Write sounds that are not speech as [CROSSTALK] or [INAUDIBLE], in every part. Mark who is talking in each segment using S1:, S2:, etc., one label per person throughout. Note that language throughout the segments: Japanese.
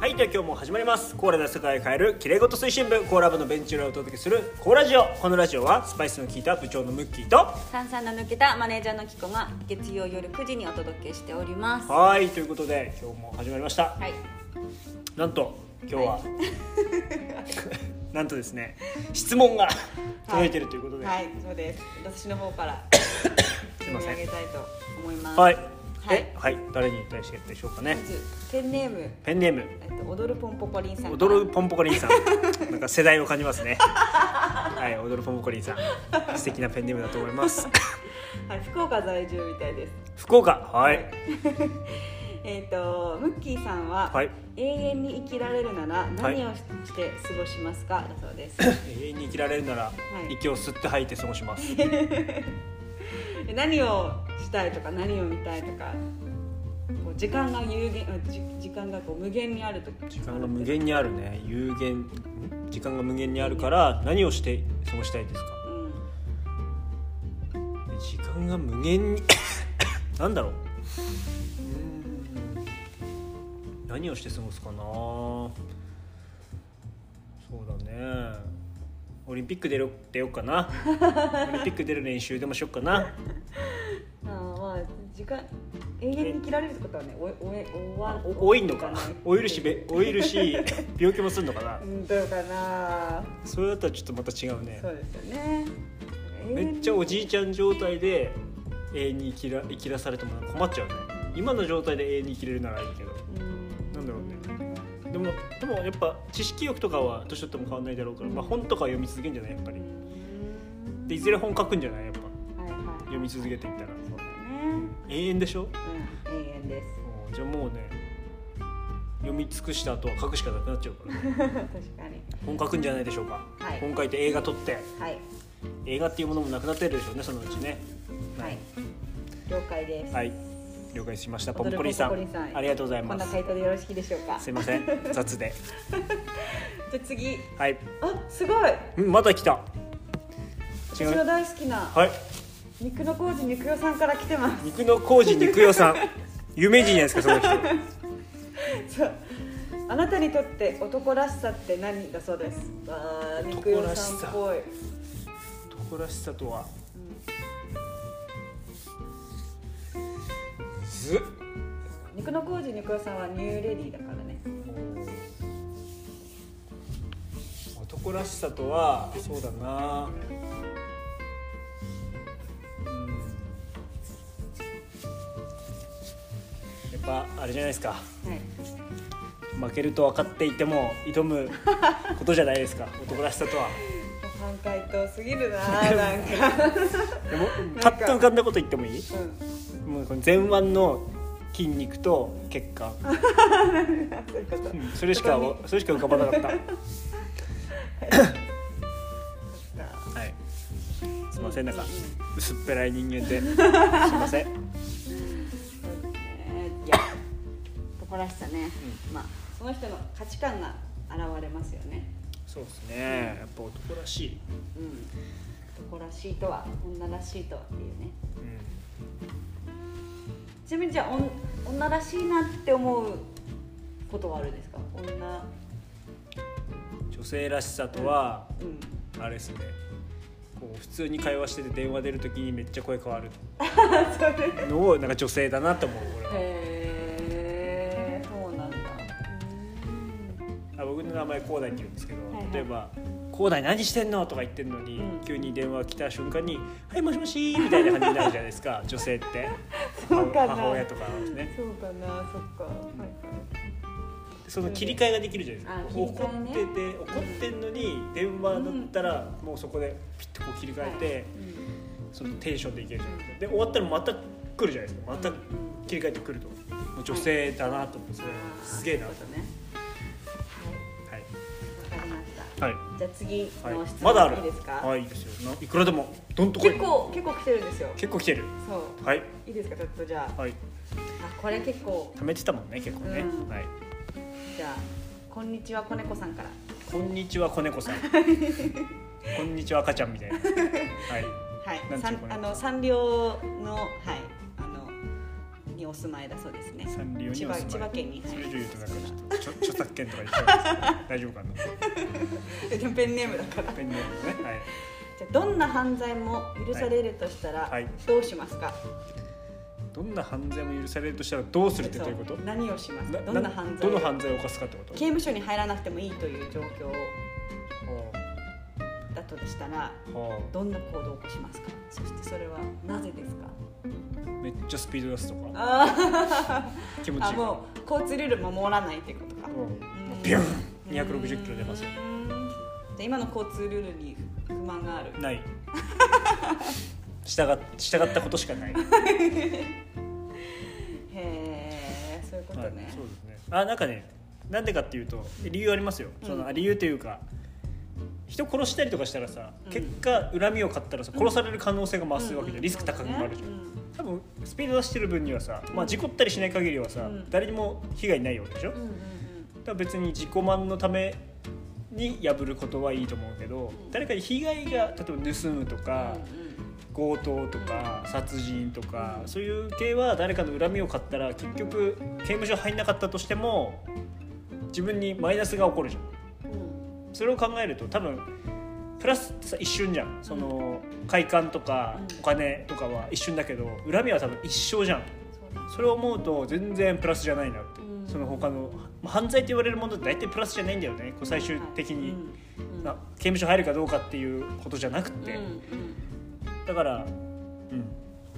S1: はい、では今日も始まります。コーラで世界を変えるきれいごと推進部コーラ部のベンチ裏をお届けするコーラジオ。このラジオはスパイスの効いた部長のムッキーと。
S2: さんさんの抜けたマネージャーのキコが月曜夜9時にお届けしております。は
S1: はい、ということで今日も始まりました。
S2: い。
S1: なんと今日は、
S2: は
S1: [LAUGHS] なんとですね、質問が届いてるということで。
S2: はい、そうです。私の方から
S1: すい
S2: 読
S1: ま
S2: み
S1: せ
S2: 上
S1: ん
S2: げ。たいと思います。
S1: はい。
S2: はい
S1: え、はい、誰に対してでしょうかね
S2: ま。ずペンネーム
S1: ペンネーム、
S2: えっと踊るポンポコリンさんから。
S1: 踊るポンポコリンさん。なんか世代を感じますね。はい、踊るポンポコリンさん。素敵なペンネームだと思います。
S2: はい、福岡在住みたいです。
S1: 福岡、はい。
S2: [LAUGHS] えっとムッキーさんは、
S1: はい
S2: 永遠に生きられるなら何をして過ごしますか、だそうです。
S1: 永遠に生きられるなら、
S2: い
S1: 息を吸って吐いて過ごします
S2: え何をしたいとか何を見たいとかこう時間が有限あじ時間がこう無限にあると
S1: 時間が無限にあるね有限ん時間が無限にあるから何をして過ごしたいですか
S2: うん
S1: 時間が無限になんだろううーん何をして過ごすかなそうだねオリンピック出ろ出ようかなオリンピック出る練習でもしよっかな
S2: あーまあ時間永遠に生きられるってことはねおえおえおわ
S1: お老いんのかな老いるしべ老いるし病気もするのかな
S2: うんどうかな
S1: それだったらちょっとまた違うね
S2: そうですよね
S1: めっちゃおじいちゃん状態で永遠に生きら生きらされても困っちゃうね今の状態で永遠に生きれるならいいけどなんだろうねでもでもやっぱ知識欲とかは年取っても変わんないだろうから、まあ、本とかは読み続けるんじゃないやっぱり
S2: うん
S1: でいずれ本書くんじゃないやっぱ
S2: はいはい
S1: 読み続けていったら
S2: そうだね
S1: 永遠でしょ
S2: うん永遠です [LAUGHS]
S1: もうじゃあもうね読み尽くした後は書くしかなくなっちゃうからね、
S2: 確かに
S1: 本書くんじゃないでしょうか、
S2: はい
S1: 本書いて映画撮って
S2: はい
S1: 映画っていうものもなくなってるでしょうねそのうちね
S2: はい了解です
S1: はい、了解しました。ポンポリさん、
S2: 踊るポンポコリンさん
S1: ありがとうござい
S2: こん
S1: ま
S2: な
S1: す
S2: 回。答でよろしいでしょうか
S1: すいません、 [LAUGHS] 雑で。
S2: [LAUGHS] じゃあ次
S1: はい、
S2: あすごい
S1: うんまた来た。違
S2: 私の
S1: う。
S2: 大好きな
S1: はい、
S2: 肉の工事肉代さんから来てます
S1: 肉の工事肉代
S2: [LAUGHS]
S1: さん。有名人じゃないですか、その人。
S2: そうあなたにとって男らしさって何だそうですあー肉代さんっぽい
S1: 男らしさとは。ずっ。
S2: 肉の工事肉代さんはニューレディーだからね
S1: 男らしさとは、そうだな。うんやっぱあれじゃないですか
S2: はい
S1: 負けると分かっていても挑 [LAUGHS] むことじゃないですか男らしさとは
S2: 反対党すぎるなーなんか、
S1: でも
S2: ん
S1: パ
S2: か
S1: ッと浮かんだこと言ってもいい
S2: うん、
S1: もうこの前腕の筋肉と血 [LAUGHS] 管
S2: そういうこと
S1: うんそれしか
S2: そこ
S1: それしか浮かばなか [LAUGHS] った
S2: にあ
S1: はいすいませんなんか
S2: うんう
S1: 薄っぺらい人 [LAUGHS] 間ですいません
S2: そうですねいや男らしさね、まあその人の価値観が現れますよね
S1: そうですねやっぱ男らしい、
S2: うん男らしいとは女らしいとはっていうね
S1: うん、
S2: ちなみにじゃあおん女らしいなって思うことはあるんですか女
S1: 女性らしさとは
S2: うん [LAUGHS]
S1: あれですねこう普通に会話してて電話出るときにめっちゃ声変わる
S2: それへ
S1: のをなんか女性だなと思う俺は
S2: えそうなんだ
S1: あ僕の名前コーダイって言うんですけど、
S2: はいはい
S1: 例えば「コーダイ何してんの?」とか言ってんのに、
S2: うん
S1: 急に電話来た瞬間に「はいもしもし」みたいな感じになるじゃないですか
S2: [LAUGHS]
S1: 女性って
S2: そうかな
S1: 母親とかね
S2: そうかなそっか、はい
S1: その切り替えができるじゃない
S2: あ
S1: です
S2: 切
S1: か
S2: り
S1: 怒
S2: 替え
S1: っ
S2: ね
S1: てて怒ってんのに電話だったら、もうそこでピッとこう切り替えて、そのテンションでいけるじゃないですかで終わったらまた来るじゃないですかまた
S2: うん
S1: 切り替えてくるともう女性だなと思ってそれはすげえな
S2: と
S1: と
S2: ね
S1: 思っはい
S2: はいわかりました
S1: はい
S2: じゃあ次
S1: はい
S2: の質
S1: まだあ
S2: 問
S1: る
S2: いいですか、
S1: はいいいですよないくらでもどんとこい
S2: 結構結構来てるんですよ
S1: 結構来てる
S2: そ
S1: はいう
S2: いいですかちょっとじゃあ
S1: はい
S2: あこれ結構
S1: 貯めてたもんね結構ね、
S2: うん
S1: はい
S2: じゃあこんにちは子猫さんから
S1: こんにちは子猫
S2: [LAUGHS]
S1: さんこんにちは赤ちゃんみたいなはい
S2: はい
S1: なん、て
S2: さ
S1: いうんのかな
S2: あの三両のはいあのにお住まいだそうですね
S1: サンリオに
S2: 千
S1: お
S2: 葉
S1: 住まい
S2: 千葉県にはい
S1: それ以上言うとなんかちょ [LAUGHS] っと著著作権とか言っちゃうんですけど大丈夫か
S2: [LAUGHS] え [LAUGHS] でもペンネームだから
S1: なペンネームねはい
S2: じゃあどんな犯罪も許されるとしたら、
S1: はいはい
S2: どうしますか、
S1: どんな犯罪も許されるとしたらどうするってどういうこと
S2: そう何をしますか
S1: な
S2: どんな犯罪
S1: どの犯罪を犯すかってこと
S2: 刑務所に入らなくてもいいという状況
S1: は
S2: だとしたら
S1: あはあ
S2: どんな行動を起こしますかそしてそれはなぜですか
S1: めっちゃスピード出すとか
S2: あ
S1: 気持ちいい
S2: ーあ
S1: から
S2: もう交通ルール守らないっていうことか
S1: うんビューン260キロ出ますよ
S2: うんじゃあ今の交通ルールに不満がある
S1: ない従っ従ったことしかない
S2: へえそういうことね、
S1: はい、そうですねあなんかねなんでかっていうと理由ありますよ、
S2: うん
S1: そのあ理由というか人殺したりとかしたらさ、
S2: うん
S1: 結果恨みを買ったらさ殺される可能性が増すわけじゃん、
S2: うん
S1: リスク高くなるじゃん、
S2: うん
S1: 多分スピード出してる分にはさ、まあ、事故ったりしない限りはさ、
S2: うん
S1: 誰にも被害ないわけでしょ、
S2: うんうん
S1: だから別に自己満のために破ることはいいと思うけど、
S2: ん
S1: 誰かに被害が例えば盗むとか、
S2: う
S1: 強盗とか殺人とかそういう系は誰かの恨みを買ったら結局刑務所入んなかったとしても自分にマイナスが起こるじゃん
S2: んうんうん
S1: それを考えると多分プラスってさ一瞬じゃんその快感とか
S2: うん
S1: お金とかは一瞬だけど恨みは多分一生じゃん
S2: そうだ
S1: それを思うと全然プラスじゃないなって
S2: うん
S1: その他のまあ犯罪と言われるものって大体プラスじゃないんだよねこう最終的に
S2: うんうん
S1: な刑務所入るかどうかっていうことじゃなくて。
S2: うんうん
S1: だから、うん、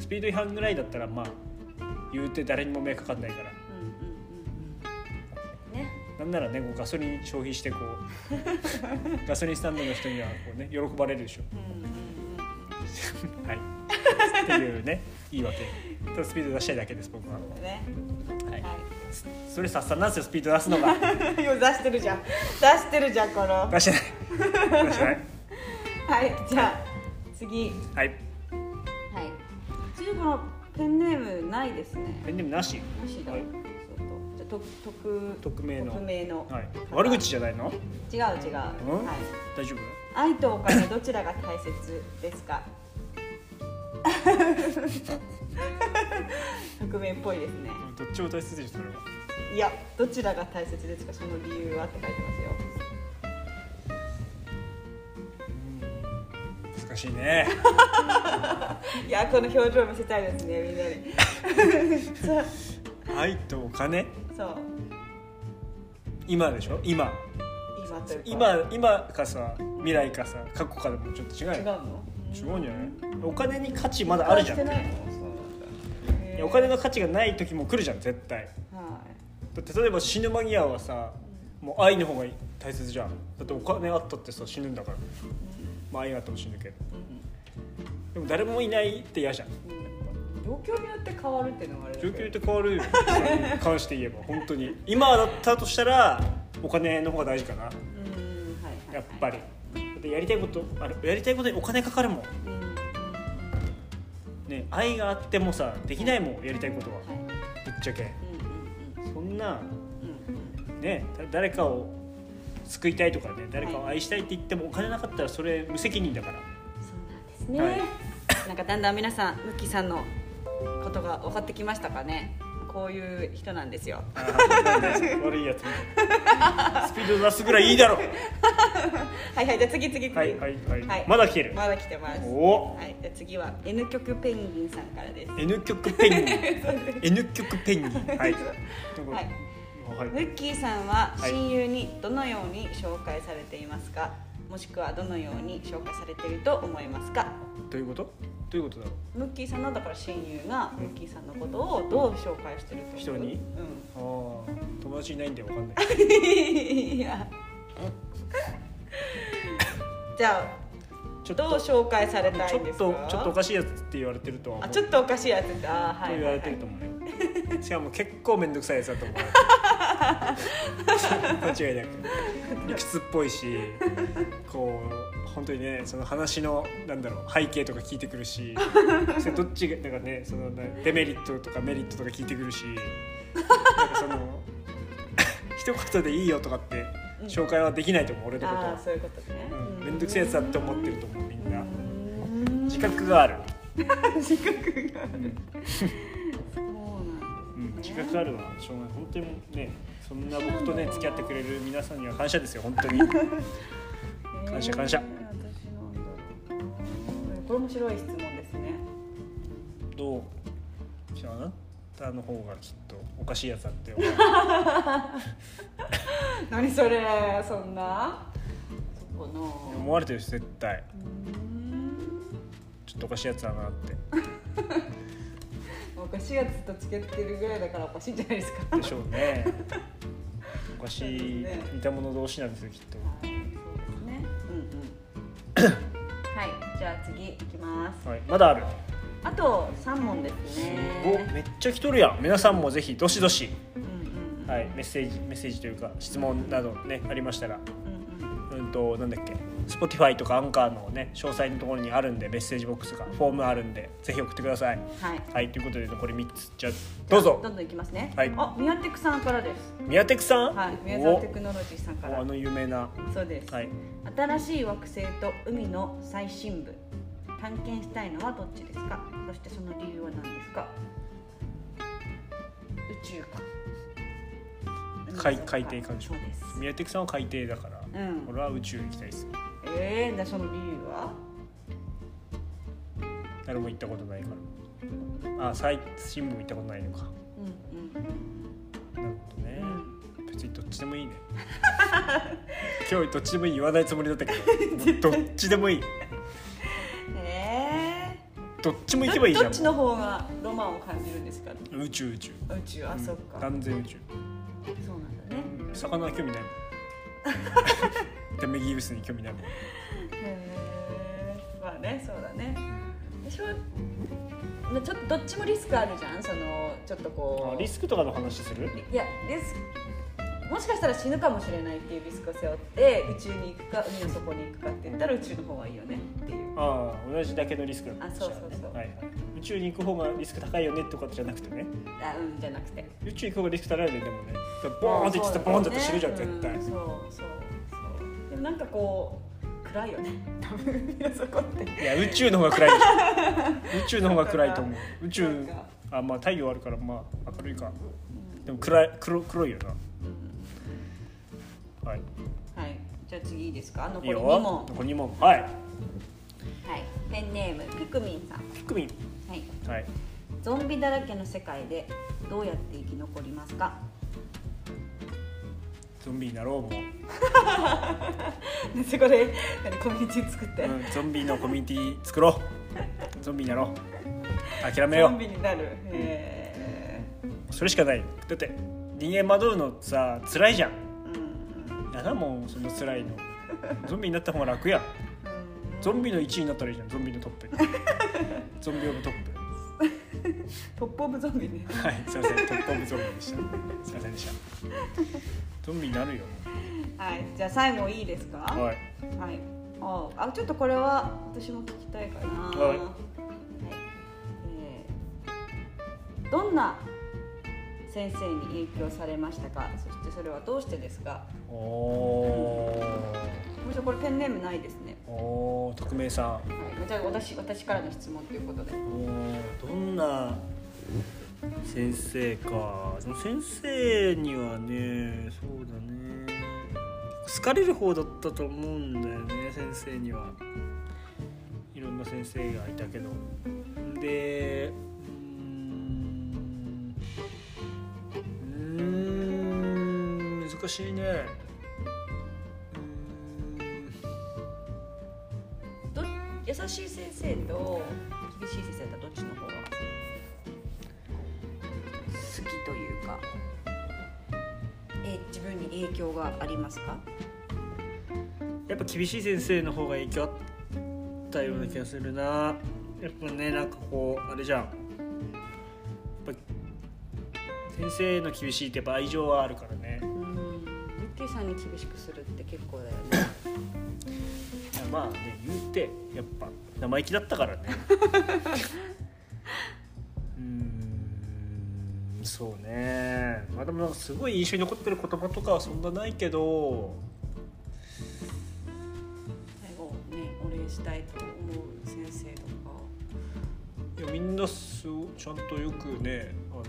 S1: スピード違反ぐらいだったらまあ言うて誰にも迷惑かかんないから
S2: うんうんうんうんね
S1: なんならねこうガソリン消費してこ
S2: [LAUGHS]
S1: うガソリンスタンドの人にはこう、ね、喜ばれるでしょ
S2: うんうんう
S1: はいっていうねいいわけただスピード出したいだけです僕は、
S2: んね
S1: はい、
S2: [LAUGHS] は
S1: それさっさなんですよスピード出すの
S2: [LAUGHS]
S1: が
S2: いいや出してるじゃん出してるじゃんこのは
S1: 出してない出してない
S2: いじゃあ次
S1: はい
S2: はい次このペンネームないですね
S1: ペンネームなし
S2: なしだ
S1: はい
S2: そうとじゃあと特
S1: 匿名の
S2: 匿名の
S1: はい、悪口じゃないの、
S2: 違う違う
S1: うん
S2: はい
S1: 大丈夫
S2: 愛とお金どちらが大切ですか [LAUGHS] 匿名っぽいですね
S1: どっちも大切でしょそれはい
S2: やどちらが大切ですかその理由はって書いてますよ
S1: 難しいね
S2: いやこの表情見せたいですねみんなにそう
S1: 愛とお金
S2: そう
S1: 今でしょ今
S2: 今というか
S1: 今今かさ未来かさ過去かでもちょっと違うよ
S2: 違う
S1: 違
S2: の
S1: うんじゃないお金に価値まだあるじゃん
S2: して
S1: い
S2: ないのそうなんだへ
S1: や
S2: ー
S1: お金の価値がない時も来るじゃん絶対
S2: は
S1: だって例えば死ぬ間際はさもう愛の方が大切じゃんだってお金あったってさ死ぬんだからまあ愛があっても死ぬけど
S2: い、
S1: でも誰もいないって嫌じゃん
S2: うん状況によって変わるっていうのがあれだけ
S1: 状況
S2: ど
S1: によって変わ [LAUGHS] るよねそれに関して言えば本当に今だったとしたらお金の方が大事かな
S2: うんはいはいはい
S1: やっぱりだってやりたいことあるやりたいことにお金かかるもん
S2: うんうん
S1: ね、愛があってもさできないもんやりたいことは
S2: はい
S1: ぶっちゃけ
S2: うん
S1: そんな
S2: うんうん
S1: ねだ誰かを救いたいとかね誰かを愛したいって言ってもお金なかったらそれ無責任だから
S2: そうなんですね、
S1: はい
S2: なんかだんだん皆さんムッキーさんのことが分かってきましたかねこういう人なんですよ
S1: あー悪いやつもスピード出すぐらいいいだろ
S2: はいはいじゃあ次次次
S1: はいはいはい、
S2: はい
S1: まだ来てる、
S2: まだ来てます
S1: お
S2: は
S1: お
S2: いじゃあ次は N 極ペンギンさんからです
S1: N 極ペンギン
S2: [LAUGHS]
S1: N 極ペンギンはい
S2: は
S1: は
S2: い
S1: い
S2: ムッキーさんは
S1: はい
S2: 親友にどのように紹介されていますか、もしくはどのように紹介されていると思いますか
S1: どういうことどういうことだろ
S2: ムッキーさんのだから親友がムッキーさんのことをどう紹介してると思う
S1: 人に
S2: うん
S1: うああ友達いないんでわかんない
S2: [LAUGHS] いやじゃ
S1: ち
S2: あ
S1: ょっと
S2: どう紹介された
S1: ちょ
S2: いん
S1: っ
S2: ですか
S1: とちょっとおかしいやつって言われてるとは思
S2: あ
S1: う
S2: ちょっとおかしいやつってあー
S1: と
S2: はい
S1: 言われてると思う
S2: [LAUGHS]
S1: よしかも結構面倒くさいやつだと思う間違いなく理屈っぽいしこう本当にねその話のなんだろう背景とか聞いてくるしそれどっちがなんかねそのなデメリットとかメリットとか聞いてくるしなんかその [LAUGHS] 一言でいいよとかって紹介はできないと思う俺のこと
S2: ああ
S1: は
S2: ーそういうことね
S1: うん面倒、くさいやつだって思ってると思うみ [LAUGHS] んな
S2: うん
S1: 自覚がある
S2: 自覚があるそうなんだ
S1: うん、自覚あるのはしょうがない本当にねそんな僕とね付き合ってくれる皆さんには感謝ですよ本当 [LAUGHS] に感謝感謝
S2: え私なんだろうなこれ面白い質問ですね
S1: どうじゃああなたの方がきっとおかしいやつだって思う
S2: 何それそんなそこの
S1: 思われてるし絶対
S2: うん
S1: ちょっとおかしいやつだなって
S2: おかしいやつとつけてるぐらいだからおかしいんじゃないですか
S1: でしょう [LAUGHS] ねおかしい似た者同士なんですよきっと
S2: はいそうですね。うんうん。はい、じゃあ次いきます。
S1: はい、まだある
S2: あと三問です
S1: すごっ
S2: ね。
S1: めっちゃ来とるやん皆さんもぜひどしどし、
S2: うんうんうん。
S1: はい、メッセージメッセージというか質問などねありましたら
S2: うんうん。
S1: うんとなんだっけ Spotify とかアンカーのね詳細のところにあるんでメッセージボックスとかフォームあるんでぜひ送ってください
S2: はい。
S1: はいということで残り3つじゃあどうぞ
S2: どんどんいきますね。
S1: はい
S2: あ、宮テクさんからです。
S1: 宮テクさん、
S2: はい、宮
S1: お
S2: 沢テクノロジーさんか
S1: おあ
S2: ら。
S1: の有名な
S2: そうです。
S1: はい
S2: 新しい惑星と海の最深部。探検したいのはどっちですか。そしてその理由は何ですか。宇宙か。
S1: 海海底環
S2: そうです。
S1: 宮テクさんは海底だから、
S2: うん
S1: 俺は宇宙行きたいです
S2: ええー、でその理由は。
S1: 誰も行ったことないからあ最新聞行ったことないのか
S2: うん
S1: なるほどね、
S2: うん。
S1: 別にどっちでもいいね [LAUGHS] 今日どっちでもいい言わないつもりだったけ
S2: [LAUGHS]
S1: どどっちでもいい
S2: え
S1: どっちも
S2: え
S1: 行けばいいじゃ
S2: ど
S1: ん
S2: っちの方がロマンを感じるんですかね
S1: もう宇宙宇宙
S2: 宇宙あ、
S1: うん
S2: そっか
S1: 断然宇宙
S2: そうなんだね
S1: 魚は興味ないも
S2: [LAUGHS]
S1: んで右薄に興味ないもん
S2: へえまあねそうだね私はまあちょっとどっちもリスクあるじゃんそのちょっとこ
S1: あ
S2: う
S1: リスクとかの話する
S2: いやリスクもしかしたら死ぬかもしれないっていうリスクを背負って宇宙に行くか海の底に行くかって言ったら宇宙の方がいいよねっていう
S1: ああ同じだけのリスクの話
S2: あそうそうそう
S1: だねはいはい、宇宙に行く方がリスク高いよねってことじゃなくてね
S2: あうんじゃなくて
S1: 宇宙行く方がリスク高いよねでもねボーンって行ってたらボーンだって死ぬじゃん絶対、
S2: うそうそうそうでもなんかこう暗いよね多分みんなそこって
S1: いや宇宙の方が暗いでし
S2: [LAUGHS]
S1: ょ宇宙の方が暗いと思う宇
S2: なん
S1: 宙
S2: か
S1: あまあ太陽あるからまあ明るいかでも暗い黒黒いよなはい
S2: はいじゃあ次いいですか残
S1: いい
S2: り
S1: よ
S2: 2問
S1: 残り2問はい
S2: はいペンネームピクミンさん
S1: ピクミン
S2: はい
S1: はい
S2: ゾンビだらけの世界でどうやって生き残りますか [LAUGHS]
S1: ゾンビになろうもう、
S2: そこで何コミュニティ作って、
S1: うん、ゾンビのコミュニティ作ろ
S2: [LAUGHS]
S1: うゾンビになろう諦めよ
S2: ゾン
S1: う
S2: ビになるへ
S1: それしかないだって人間惑うのさ辛いじゃん
S2: ーうん
S1: やだもんその辛いのゾンビになった方が楽やんゾンビの1位になったらいいじゃんゾンビのトップ
S2: [LAUGHS]
S1: ゾンビオブトップ
S2: トップオブゾンビね
S1: はい、すみません、トップオブゾンビでした。すみませんでした。ゾンビになるよ。
S2: はいじゃあ最後いいですか
S1: はい。
S2: はい。あ、あ、ちょっとこれは私も聞きたいかな。
S1: はい
S2: えーどんな先生に影響されましたか。そしてそれはどうしてですか。
S1: おお
S2: もちろんこれペンネームないですね。
S1: ー。おお、匿名さ
S2: はい。じゃあ私私からの質問ということで。
S1: ん。おお、どんな。先生か。でも先生にはね、そうだね。好かれる方だったと思うんだよね、先生には。いろんな先生がいたけど。で。うーんうーん難しいねうー
S2: ど優しい先生と厳しい先生とどっちの方が好きというか。え自分に影響がありますか。
S1: んやっぱ厳しい先生の方が影響あったような気がするなやっぱねなんかこうあれじゃんやっぱ先生の厳しいってやっぱ愛情はあるからね
S2: うん、ミッキーさんに厳しくするって結構だよね。
S1: いやまあね言うてやっぱ生意気だったからねうーんそうねまあでもなんかすごい印象に残ってる言葉とかはそんなないけど
S2: 最後ね、お礼したいと思う先生とか。
S1: いやみんなすごちゃんとよくねあの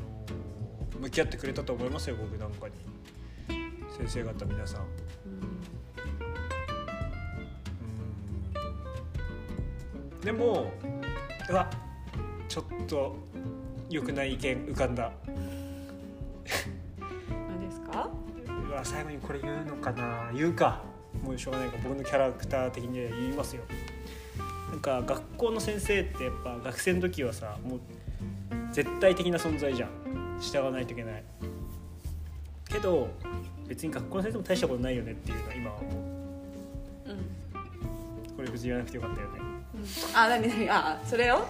S1: 向き合ってくれたと思いますよ僕なんかに先生方皆さんうんでもうわちょっと良くない意見浮かんだ
S2: 何ですか
S1: うわ最後にこれ言うのかな言うかもうしょうがないから僕のキャラクター的には言いますよなんか学校の先生ってやっぱ学生の時はさもう絶対的な存在じゃん従わないといけないけど別に学校の先生も大したことないよねっていうのは今は思う
S2: うん、
S1: これ別に言わなくてよかったよね
S2: あ何何あそれを
S1: う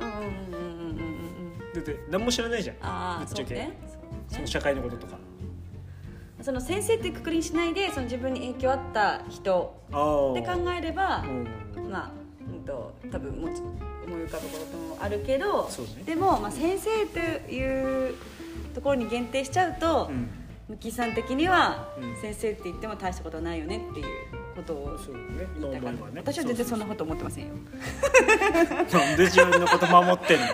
S2: うんうんうんうんうんうんうん
S1: だって何も知らないじゃん
S2: ああ
S1: ぶっ
S2: そ
S1: ちゃ
S2: う
S1: け
S2: ね
S1: そ
S2: そう
S1: の
S2: ね
S1: 社会のこととか
S2: その先生ってくくりにしないでその自分に影響あった人
S1: ああ
S2: って考えれば
S1: うん
S2: まあ、うん、と多分もうちょ思い浮かぶこともあるけど、
S1: そうね
S2: でも、まあ、先生というところに限定しちゃうと
S1: う、ん
S2: ムキさん的には、
S1: うん
S2: 先生って言っても大したことないよねっていうことを
S1: そうね今
S2: 言い
S1: 思
S2: た
S1: え
S2: かった
S1: ばね
S2: 私は全然そんなこと思ってませんよ
S1: なんで自分のこと守ってんの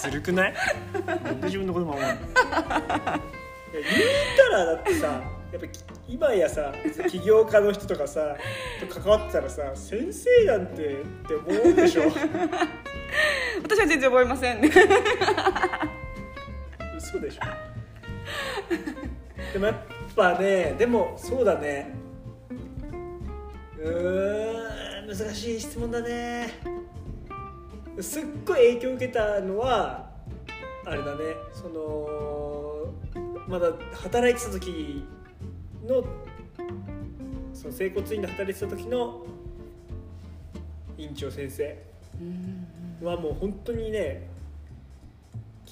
S1: ずるくないなんで自分のこと守んのいや言ったらだってさやっぱき今やさ起業家の人とかさと関わってたらさ先生なんてって思うでしょ
S2: 私は全然覚えませんね
S1: 嘘でしょでもやっぱねでもそうだねうーん難しい質問だねすっごい影響を受けたのはあれだねそのまだ働いてた時のその整骨院で働いてた時の院長先生はもう本当にね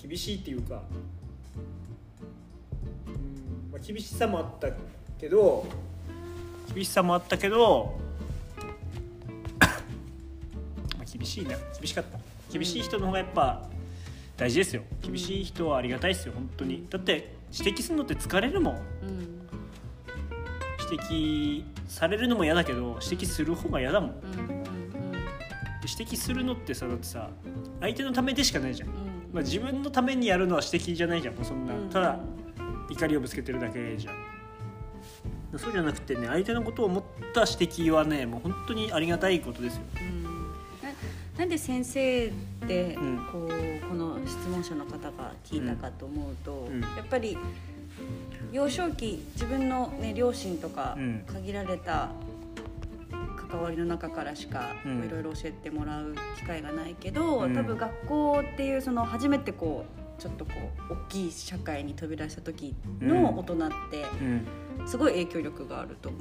S1: 厳しいっていうか、うんまあ、厳しさもあったけど厳しさもあったけど [COUGHS] まあ厳しいな厳しかった厳しい人の方がやっぱ大事ですよ厳しい人はありがたいですよ本当にだって指摘するのって疲れるもん
S2: うん
S1: 指摘されるのも嫌だけど指摘する方が嫌だもんで
S2: うんうん
S1: 指摘するのってさだってさ相手のためでしかないじゃん、
S2: うん
S1: まあ、自分のためにやるのは指摘じゃないじゃんもうそんな、
S2: うん
S1: ただ怒りをぶつけてるだけじゃんそうじゃなくてね相手のことを思った指摘はねもう本当にありがたいことですよ
S2: うんななんで先生って
S1: うん
S2: こうこの質問者の方が聞いたかと思うと、
S1: ん
S2: やっぱり幼少期自分の、ね、両親とか
S1: うん
S2: 限られた関わりの中からしか
S1: うん
S2: こういろいろ教えてもらう機会がないけど、
S1: うん
S2: 多分学校っていうその初めてこうちょっとこう大きい社会に飛び出した時の大人って
S1: うん、
S2: すごい影響力があると思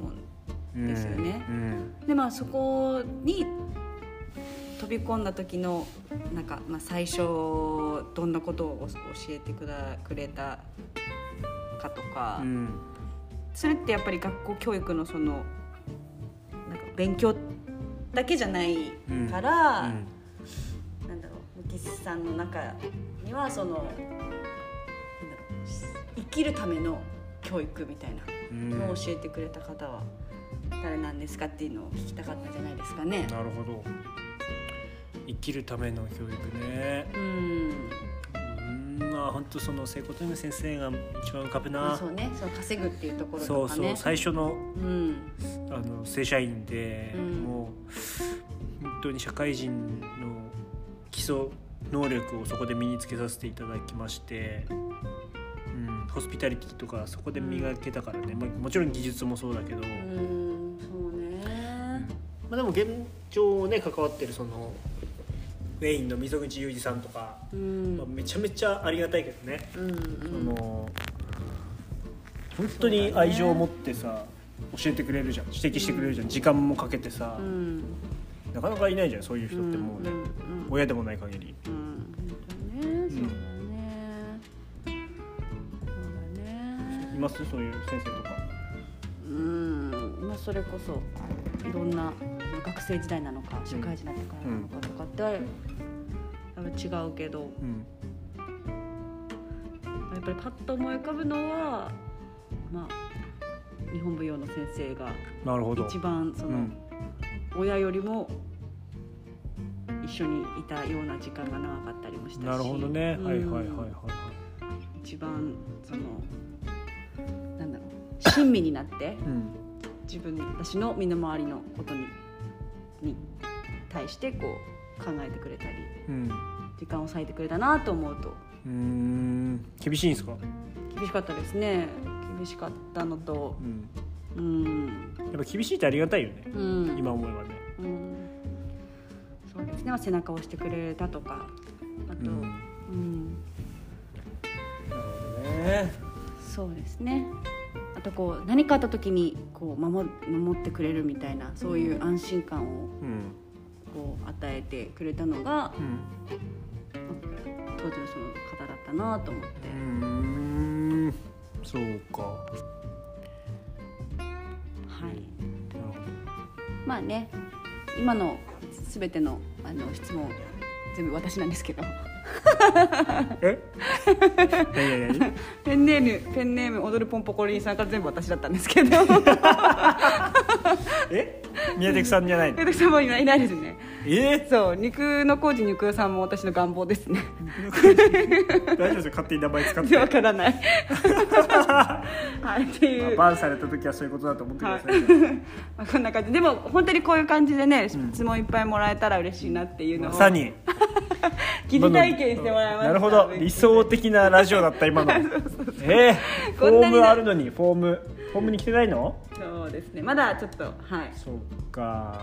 S2: うですよね
S1: うん
S2: でまあそこに飛び込んだ時のなんか、まあ、最初どんなことを教えてくだくれたかとか、
S1: うん
S2: それってやっぱり学校教育のそのなんか勉強だけじゃないから、なんだろう無機質さんの中にはそのなんだろう生きるための教育みたいな
S1: うん
S2: のを教えてくれた方は誰なんですかっていうのを聞きたかったんじゃないですかね。
S1: なるほど生きるための教育ね
S2: うん
S1: うんまあ本当その整骨院の先生が一番浮かぶ
S2: まあ
S1: な
S2: そうねその稼ぐっていうところ
S1: そ
S2: と
S1: う
S2: か
S1: そう、
S2: ね
S1: 最初の
S2: うん
S1: あの正社員で、
S2: うん
S1: もう本当に社会人の基礎能力をそこで身につけさせていただきまして、うん、ホスピタリティとかそこで磨けたからね、まあ、もちろん技術もそうだけど、
S2: うんそうね
S1: まあ、でも現状ね関わってるそのメインの溝口裕二さんとか、
S2: うん
S1: まあ、めちゃめちゃありがたいけどね、
S2: うんうん
S1: その本当に愛情を持ってさ、教えてくれるじゃん指摘してくれるじゃん、時間もかけてさ、
S2: うん
S1: なかなかいないじゃんそういう人ってもうね、
S2: んうん
S1: 親でもない限り
S2: うんうん本当にねそうだねそうだね
S1: いますそういう先生とか
S2: うんまあそれこそいろんな学生時代なのか社会人だったからなのかとかってはやっぱ違うけど、
S1: うん
S2: やっぱりパッと思い浮かぶのは、まあ、日本舞踊の先生が
S1: なるほど
S2: 一番その、
S1: うん
S2: 親よりも一緒にいたような時間が長かったりもしたし
S1: なるほどね、はいはいはいはい
S2: うん
S1: はい
S2: 一一番そのなんだろう親身になって
S1: うん
S2: 自分私の身の回りのことにに対してこう考えてくれたり
S1: うん
S2: 時間を割いてくれたなと思うと
S1: うーん厳しいんですか、
S2: 厳しかったですね厳しかったのと
S1: うん、
S2: うん、
S1: やっぱ厳しいってありがたいよね、
S2: うん、
S1: 今思えばね
S2: うん、そうですねまあ背中を押してくれたとかあと、うん
S1: なるほどね
S2: そうですねあとこう何かあった時にこう守守ってくれるみたいなそういう安心感を
S1: うん
S2: こう与えてくれたのが
S1: うん
S2: 当時のその方だったなと思って
S1: うーんそうか
S2: はい
S1: なるほど
S2: まあね今の全てのあの質問全部私なんですけど
S1: え何何何
S2: ペンネームペンネーム踊るポンポコリンさんから全部私だったんですけ [LAUGHS] ど
S1: [LAUGHS] え宮崎さんじゃないの
S2: 江戸さんもいないいないですね
S1: え
S2: そう肉の工事肉屋さんも私の願望ですね [LAUGHS]
S1: 大丈夫ですよ勝手に名前使って、 [LAUGHS]
S2: わからないはいっていう、
S1: まあ、バンされた時はそういうことだと思ってください、
S2: まあこんな感じでも本当にこういう感じでね質問いっぱいもらえたら嬉しいなっていうのを
S1: まさに
S2: 疑似体験してもらいました
S1: なるほど理想的なラジオだった
S2: [LAUGHS]
S1: 今のえー、フ
S2: こん
S1: ォー
S2: なに
S1: ムあるのにフォームフォームに来てないの
S2: そうですねまだちょっとはい
S1: そっか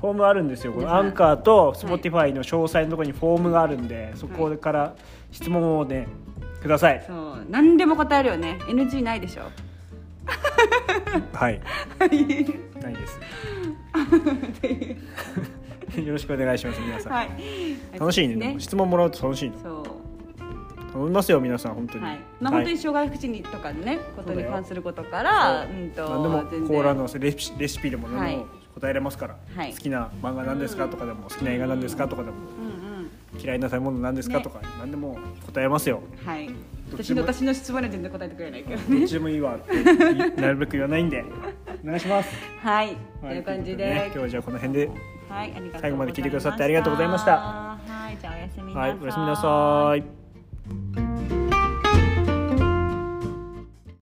S1: フォームあるんですよこの
S2: 皆さ
S1: ア
S2: ん
S1: ンカーと Spotify の詳細のところにフォームがあるんでそこから質問をねください
S2: そう何でも答えるよね NG ないでしょ
S1: はい [LAUGHS]
S2: は
S1: な
S2: い
S1: いですよろしくお願いします皆さん、
S2: はい
S1: 楽しいねでも質問もらうと楽しいの
S2: そう
S1: 頼みますよ皆さん本当に、
S2: はい、まあ、
S1: は
S2: 本
S1: い
S2: 当に障害福祉にとかのね、こと
S1: そうだ
S2: に
S1: よ
S2: 関することから、
S1: そう
S2: うんと、
S1: 何でも
S2: 全
S1: コ
S2: 然
S1: ーラのレシピレシピでも何でも
S2: はい
S1: 答えれますから、
S2: はい
S1: 好きな漫画なんですかとかでも好きな映画なんですかとかでも
S2: うんうん、
S1: 嫌いな食べ物なんですか
S2: ね
S1: とか、何でも答えますよ
S2: はい。
S1: どっち
S2: 私
S1: も
S2: の私の質問には全然答えてくれないけど [LAUGHS]
S1: どっ
S2: ね。
S1: ちでもいいわってなるべく言わないんでお願いします、
S2: はい、と
S1: は
S2: いう感じ
S1: ということね
S2: で
S1: 今日。はじゃあこの辺で
S2: はい、ありがとうございました
S1: 最後まで聞いてくださってありがとうございました
S2: はい、じゃあおやすみなさ。
S1: はいいおやすみなさい